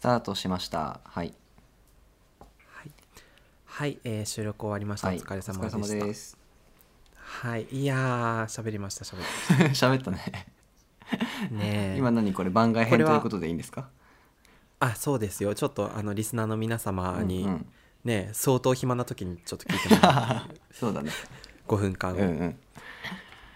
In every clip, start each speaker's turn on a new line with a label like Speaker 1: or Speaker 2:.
Speaker 1: タートしましたはい
Speaker 2: はい、えー収録終わりました、
Speaker 1: はい
Speaker 2: お疲れ様
Speaker 1: お疲
Speaker 2: でした
Speaker 1: です
Speaker 2: はいいやー喋りました喋り まし
Speaker 1: 喋ったね
Speaker 2: たねえ
Speaker 1: 今何これ番外編
Speaker 2: これ
Speaker 1: と
Speaker 2: は
Speaker 1: いうことでいいんですか
Speaker 2: あそうですよちょっとあのリスナーの皆様に、
Speaker 1: うんうん
Speaker 2: ね相当暇な時にちょっと聞いてもらう
Speaker 1: そうだね
Speaker 2: 5分間
Speaker 1: う
Speaker 2: を、
Speaker 1: んうん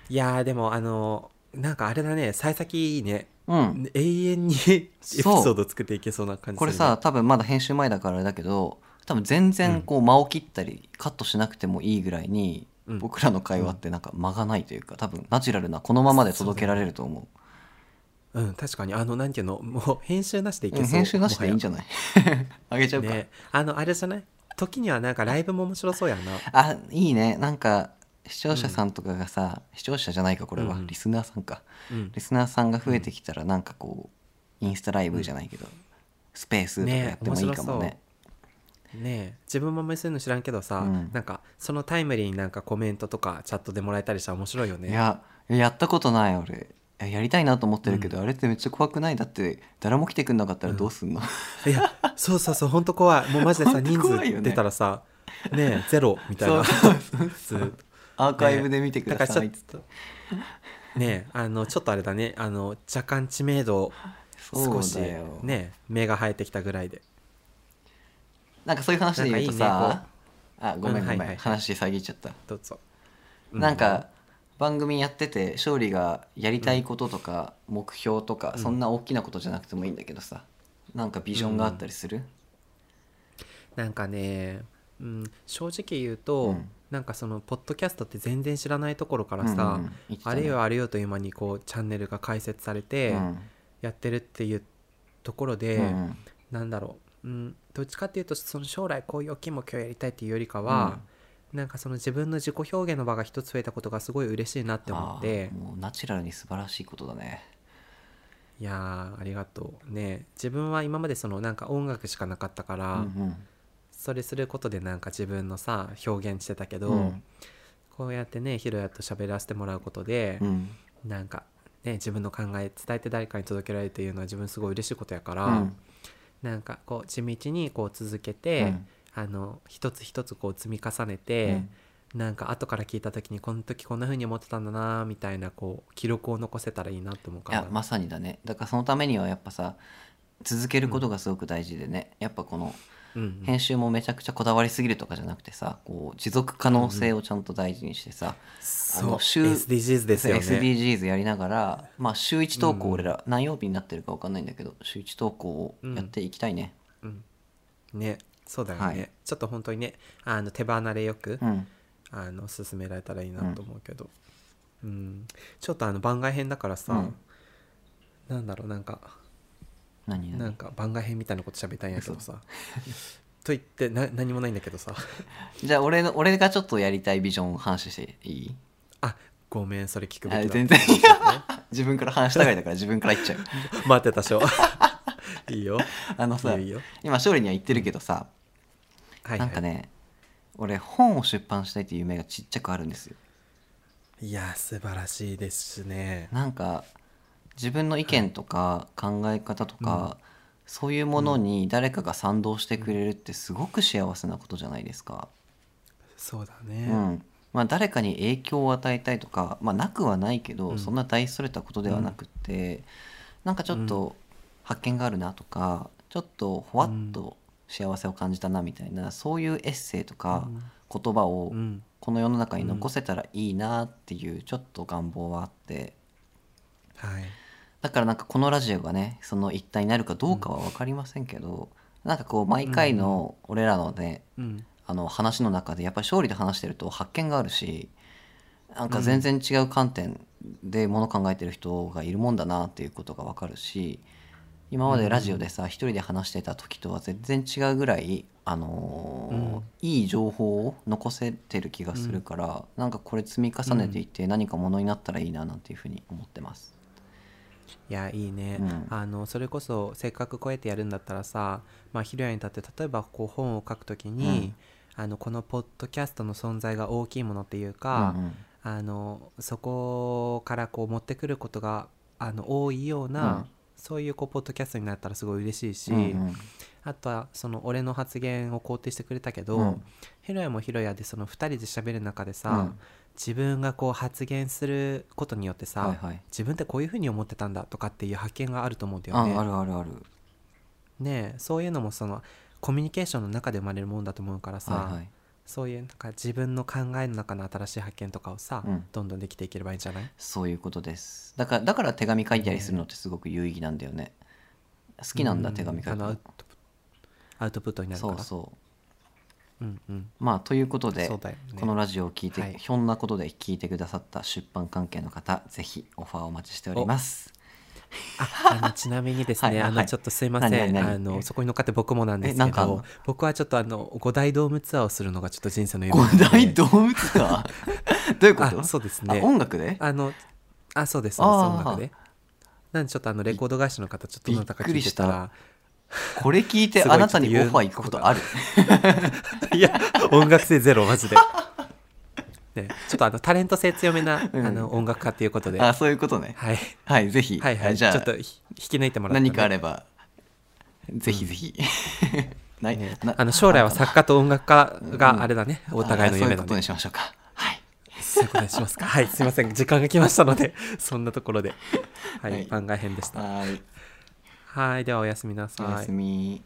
Speaker 2: いやーでもあのなんかあれだね幸先いいね、
Speaker 1: うん
Speaker 2: 永遠にエピソード作っていけそうな感じす
Speaker 1: こ
Speaker 2: る
Speaker 1: れ
Speaker 2: ね
Speaker 1: さ多分まだ編集前だからあれだけど多分全然こう間を切ったりカットしなくてもいいぐらいに、
Speaker 2: うん
Speaker 1: 僕らの会話ってなんか間がないというか多分ナチュラルなこのままで届けられると思
Speaker 2: うん確かにあのなんていうのもう編集なしでいうけそう、
Speaker 1: うん編集なしでいいんじ
Speaker 2: ゃ
Speaker 1: ゃないあげちゃうか、
Speaker 2: ねあのあれじゃない時にはなんかライブも面白そうやんな
Speaker 1: あいいねなんか視聴者さんとかがさ、視聴者じゃないかこれは、
Speaker 2: うん
Speaker 1: リスナーさんか
Speaker 2: うん
Speaker 1: リスナーさんが増えてきたらなんかこうインスタライブじゃないけど、スペースとかやってもいいかもね
Speaker 2: ねねえ自分もあんまりそういうの知らんけどさ、
Speaker 1: うん
Speaker 2: なんかそのタイムリーになんかコメントとかチャットでもらえたりしたら面白いよね
Speaker 1: いややったことない俺えやりたいなと思ってるけど、
Speaker 2: う
Speaker 1: あれってめっちゃ怖くないだって誰も来てくんなかったらどうすんの、
Speaker 2: いやそうそうそうほんと怖いもうマジでさ、
Speaker 1: ほんと
Speaker 2: 人
Speaker 1: 怖いよね
Speaker 2: 数出たらさねえゼロみたいな
Speaker 1: そう
Speaker 2: ずっと
Speaker 1: アーカイブで見てく
Speaker 2: だ
Speaker 1: だ
Speaker 2: からち
Speaker 1: さ
Speaker 2: ょ
Speaker 1: い
Speaker 2: っとねえあのちょっとあれだねあの若干知名度
Speaker 1: そ
Speaker 2: 少
Speaker 1: う
Speaker 2: し
Speaker 1: だよ、
Speaker 2: ね目が生えてきたぐらいで
Speaker 1: なんかそういう話で言うと
Speaker 2: なんかいいね
Speaker 1: さあごめんごめん、
Speaker 2: うんはいはい
Speaker 1: 話遮っちゃった、
Speaker 2: どうぞ
Speaker 1: なんか番組やってて勝利がやりたいこととか目標とか、
Speaker 2: うん
Speaker 1: そんな大きなことじゃなくてもいいんだけどさなんかビジョンがあったりする、
Speaker 2: なんかね、うん、正直言うと、
Speaker 1: うん
Speaker 2: なんかそのポッドキャストって全然知らないところか
Speaker 1: う
Speaker 2: らさ、
Speaker 1: んうん言ってた
Speaker 2: あ
Speaker 1: ね
Speaker 2: れよあれよという間にこうチャンネルが開設され
Speaker 1: う
Speaker 2: て
Speaker 1: ん
Speaker 2: やってるっていうところで、
Speaker 1: うんうん
Speaker 2: なんだろう、うん、どっちかっていうとその将来こういう大きい目標をやりたいっていうよりかは、なんかその自分の自己表現の場が一つ増えたことがすごい嬉しいなって思って
Speaker 1: あーもうナチュラルに素晴らしいことだね
Speaker 2: いやーありがとうね自分は今までそのなんか音楽しかなかったから、
Speaker 1: うん
Speaker 2: それすることでなんか自分のさ表現してたけど、
Speaker 1: うん
Speaker 2: こうやってねひろやと喋らせてもらうことで
Speaker 1: う、ん
Speaker 2: なんか、ね、自分の考え伝えて誰かに届けられるというのは自分すごい嬉しいことやから、
Speaker 1: うん
Speaker 2: なんかこう地道にこう続けて、
Speaker 1: うん
Speaker 2: あの一つ一つこう積み重ねて、なんか後から聞いた時にこの時こんな風に思ってたんだなみたいなこう記録を残せたらいいなって思う
Speaker 1: い
Speaker 2: から
Speaker 1: やまさにだねだからそのためにはやっぱさ続けることがすごく大事でね、やっぱこの
Speaker 2: うんうん
Speaker 1: 編集もめちゃくちゃこだわりすぎるとかじゃなくてさこう持続可能性をちゃんと大事にしてさ、あ
Speaker 2: そう
Speaker 1: の週
Speaker 2: SDGs ですよね。
Speaker 1: SDGs やりながら、まあ、週1投稿
Speaker 2: うん
Speaker 1: 俺ら何曜日になってるか分かんないんだけど週1投稿をやっていきたいね、
Speaker 2: うんねそうだよね、
Speaker 1: はい
Speaker 2: ちょっと本当にねあの手離れよく、
Speaker 1: うん
Speaker 2: あの進められたらいいなと思うけど、うんちょっとあの番外編だからさ、
Speaker 1: うん
Speaker 2: なんだろうなんか
Speaker 1: 何
Speaker 2: なん
Speaker 1: 何
Speaker 2: か番外編みたいなこと喋りたいんやけど さと言ってな何もないんだけどさ
Speaker 1: じゃあ俺の俺がちょっとやりたいビジョンを話していい
Speaker 2: あごめんそれ聞くべきだっ
Speaker 1: あ
Speaker 2: た
Speaker 1: 全然いいよ自分から話したがりだから 自分から言っちゃう
Speaker 2: 待ってたしょ いいよ
Speaker 1: あの
Speaker 2: いい
Speaker 1: さ
Speaker 2: よいいよ
Speaker 1: 今勝利には言ってるけどさ、
Speaker 2: はい、
Speaker 1: なんかね俺本を出版したいっていう夢がちっちゃくあるんですよ
Speaker 2: いや素晴らしいですね
Speaker 1: なんか自分の意見とか考え方とか、そういうものに誰かが賛同してくれるってすごく幸せなことじゃないですか。
Speaker 2: そうだ
Speaker 1: う
Speaker 2: ね、
Speaker 1: んまあ、誰かに影響を与えたいとか、まあ、なくはないけど、
Speaker 2: うん
Speaker 1: そんな大それたことではなくって、なんかちょっと発見があるなとかちょっとほわっと幸せを感じたなみたいな、そういうエッセイとか言葉を
Speaker 2: うん
Speaker 1: この世の中に残せたらいいなっていうちょっと願望はあって
Speaker 2: はい
Speaker 1: だからなんかこのラジオがねその一体になるかどうかは分かりませんけど、なんかこう毎回の俺らのね、
Speaker 2: うん
Speaker 1: あの話の中でやっぱり勝利で話してると発見があるしなんか全然違う観点でもの考えてる人がいるもんだなっていうことが分かるし今までラジオでさ一人で話してた時とは全然違うぐらい、あのーいい情報を残せてる気がするから、なんかこれ積み重ねていって何かものになったらいいななんていうふうに思ってます。
Speaker 2: いやいいね、
Speaker 1: うん
Speaker 2: あのそれこそせっかくこうやってやるんだったらさ、まあ、ひろやにとって例えばこう本を書くときに、あのこのポッドキャストの存在が大きいものっていうか、
Speaker 1: うんうん
Speaker 2: あのそこからこう持ってくることがあの多いよう
Speaker 1: うん
Speaker 2: なそういうこうポッドキャストになったらすごい嬉しいし、
Speaker 1: うんうん
Speaker 2: あとはその俺の発言を肯定してくれたけど、
Speaker 1: うん
Speaker 2: ヒロヤもヒロヤでその2人で喋る中でさ、
Speaker 1: うん
Speaker 2: 自分がこう発言することによってさ、
Speaker 1: はいはい
Speaker 2: 自分ってこういうふうに思ってたんだとかっていう発見があると思うんだ
Speaker 1: ああ
Speaker 2: よね。
Speaker 1: るあるある
Speaker 2: ねえそういうのもそのコミュニケーションの中で生まれるもんだと思うからさ、
Speaker 1: はいはい
Speaker 2: そういうなんか自分の考えの中の新しい発見とかをさ、
Speaker 1: うん
Speaker 2: どんどんできていければいいんじゃない
Speaker 1: そういうことですだからだから手紙書いたりするのってすごく有意義なんだよね好きなんだ、
Speaker 2: う
Speaker 1: 手紙書
Speaker 2: あ
Speaker 1: く
Speaker 2: のアウ
Speaker 1: の
Speaker 2: トプアウトプットになる
Speaker 1: そ
Speaker 2: から
Speaker 1: うそう
Speaker 2: うんうん
Speaker 1: まあということで、
Speaker 2: そうだよね
Speaker 1: このラジオを聞いて、
Speaker 2: はい
Speaker 1: ひょんなことで聞いてくださった出版関係の方ぜひオファーをお待ちしております
Speaker 2: ああのちなみにです ね
Speaker 1: はいはい
Speaker 2: あのちょっとすいませ
Speaker 1: 何
Speaker 2: ん
Speaker 1: 何
Speaker 2: あのそこに乗っかって僕もなんで
Speaker 1: え
Speaker 2: す
Speaker 1: な
Speaker 2: け
Speaker 1: んかあんの
Speaker 2: ど僕はちょっとあの五大ドームツアーをするのがちょっと人 生の夢
Speaker 1: 五
Speaker 2: なんで
Speaker 1: 大ドームツアー どういうこと
Speaker 2: あそうです
Speaker 1: あ
Speaker 2: ね
Speaker 1: 音楽で
Speaker 2: あのあそうです
Speaker 1: あー
Speaker 2: 音楽でなんでちょっとあのレコード会社の方ちょっとどなたか聞いてたら
Speaker 1: これ聞いて
Speaker 2: すごい
Speaker 1: あなたにオファー行くことある
Speaker 2: いや音楽性ゼロマジで。ね、ちょっとあのタレント性強めな、
Speaker 1: うん
Speaker 2: あの音楽家っていうことで、は
Speaker 1: あそういうことね
Speaker 2: い、
Speaker 1: はいぜひ、
Speaker 2: はいは
Speaker 1: え
Speaker 2: い
Speaker 1: じゃあ
Speaker 2: ちょっとひ引き抜いてもらって、
Speaker 1: 何かあればぜひぜひ、 ない
Speaker 2: ね
Speaker 1: な
Speaker 2: あの将来は作家と音楽家
Speaker 1: うん
Speaker 2: があれだね、お互いの
Speaker 1: あそうい
Speaker 2: 夢
Speaker 1: う
Speaker 2: だ
Speaker 1: こと
Speaker 2: ね
Speaker 1: にしましょうかはい
Speaker 2: そういうことにしますかはいすいません時間が来ましたのでそんなところではい、
Speaker 1: はい
Speaker 2: 番外編でした
Speaker 1: はい
Speaker 2: はいではおやすみなさ
Speaker 1: おやすみ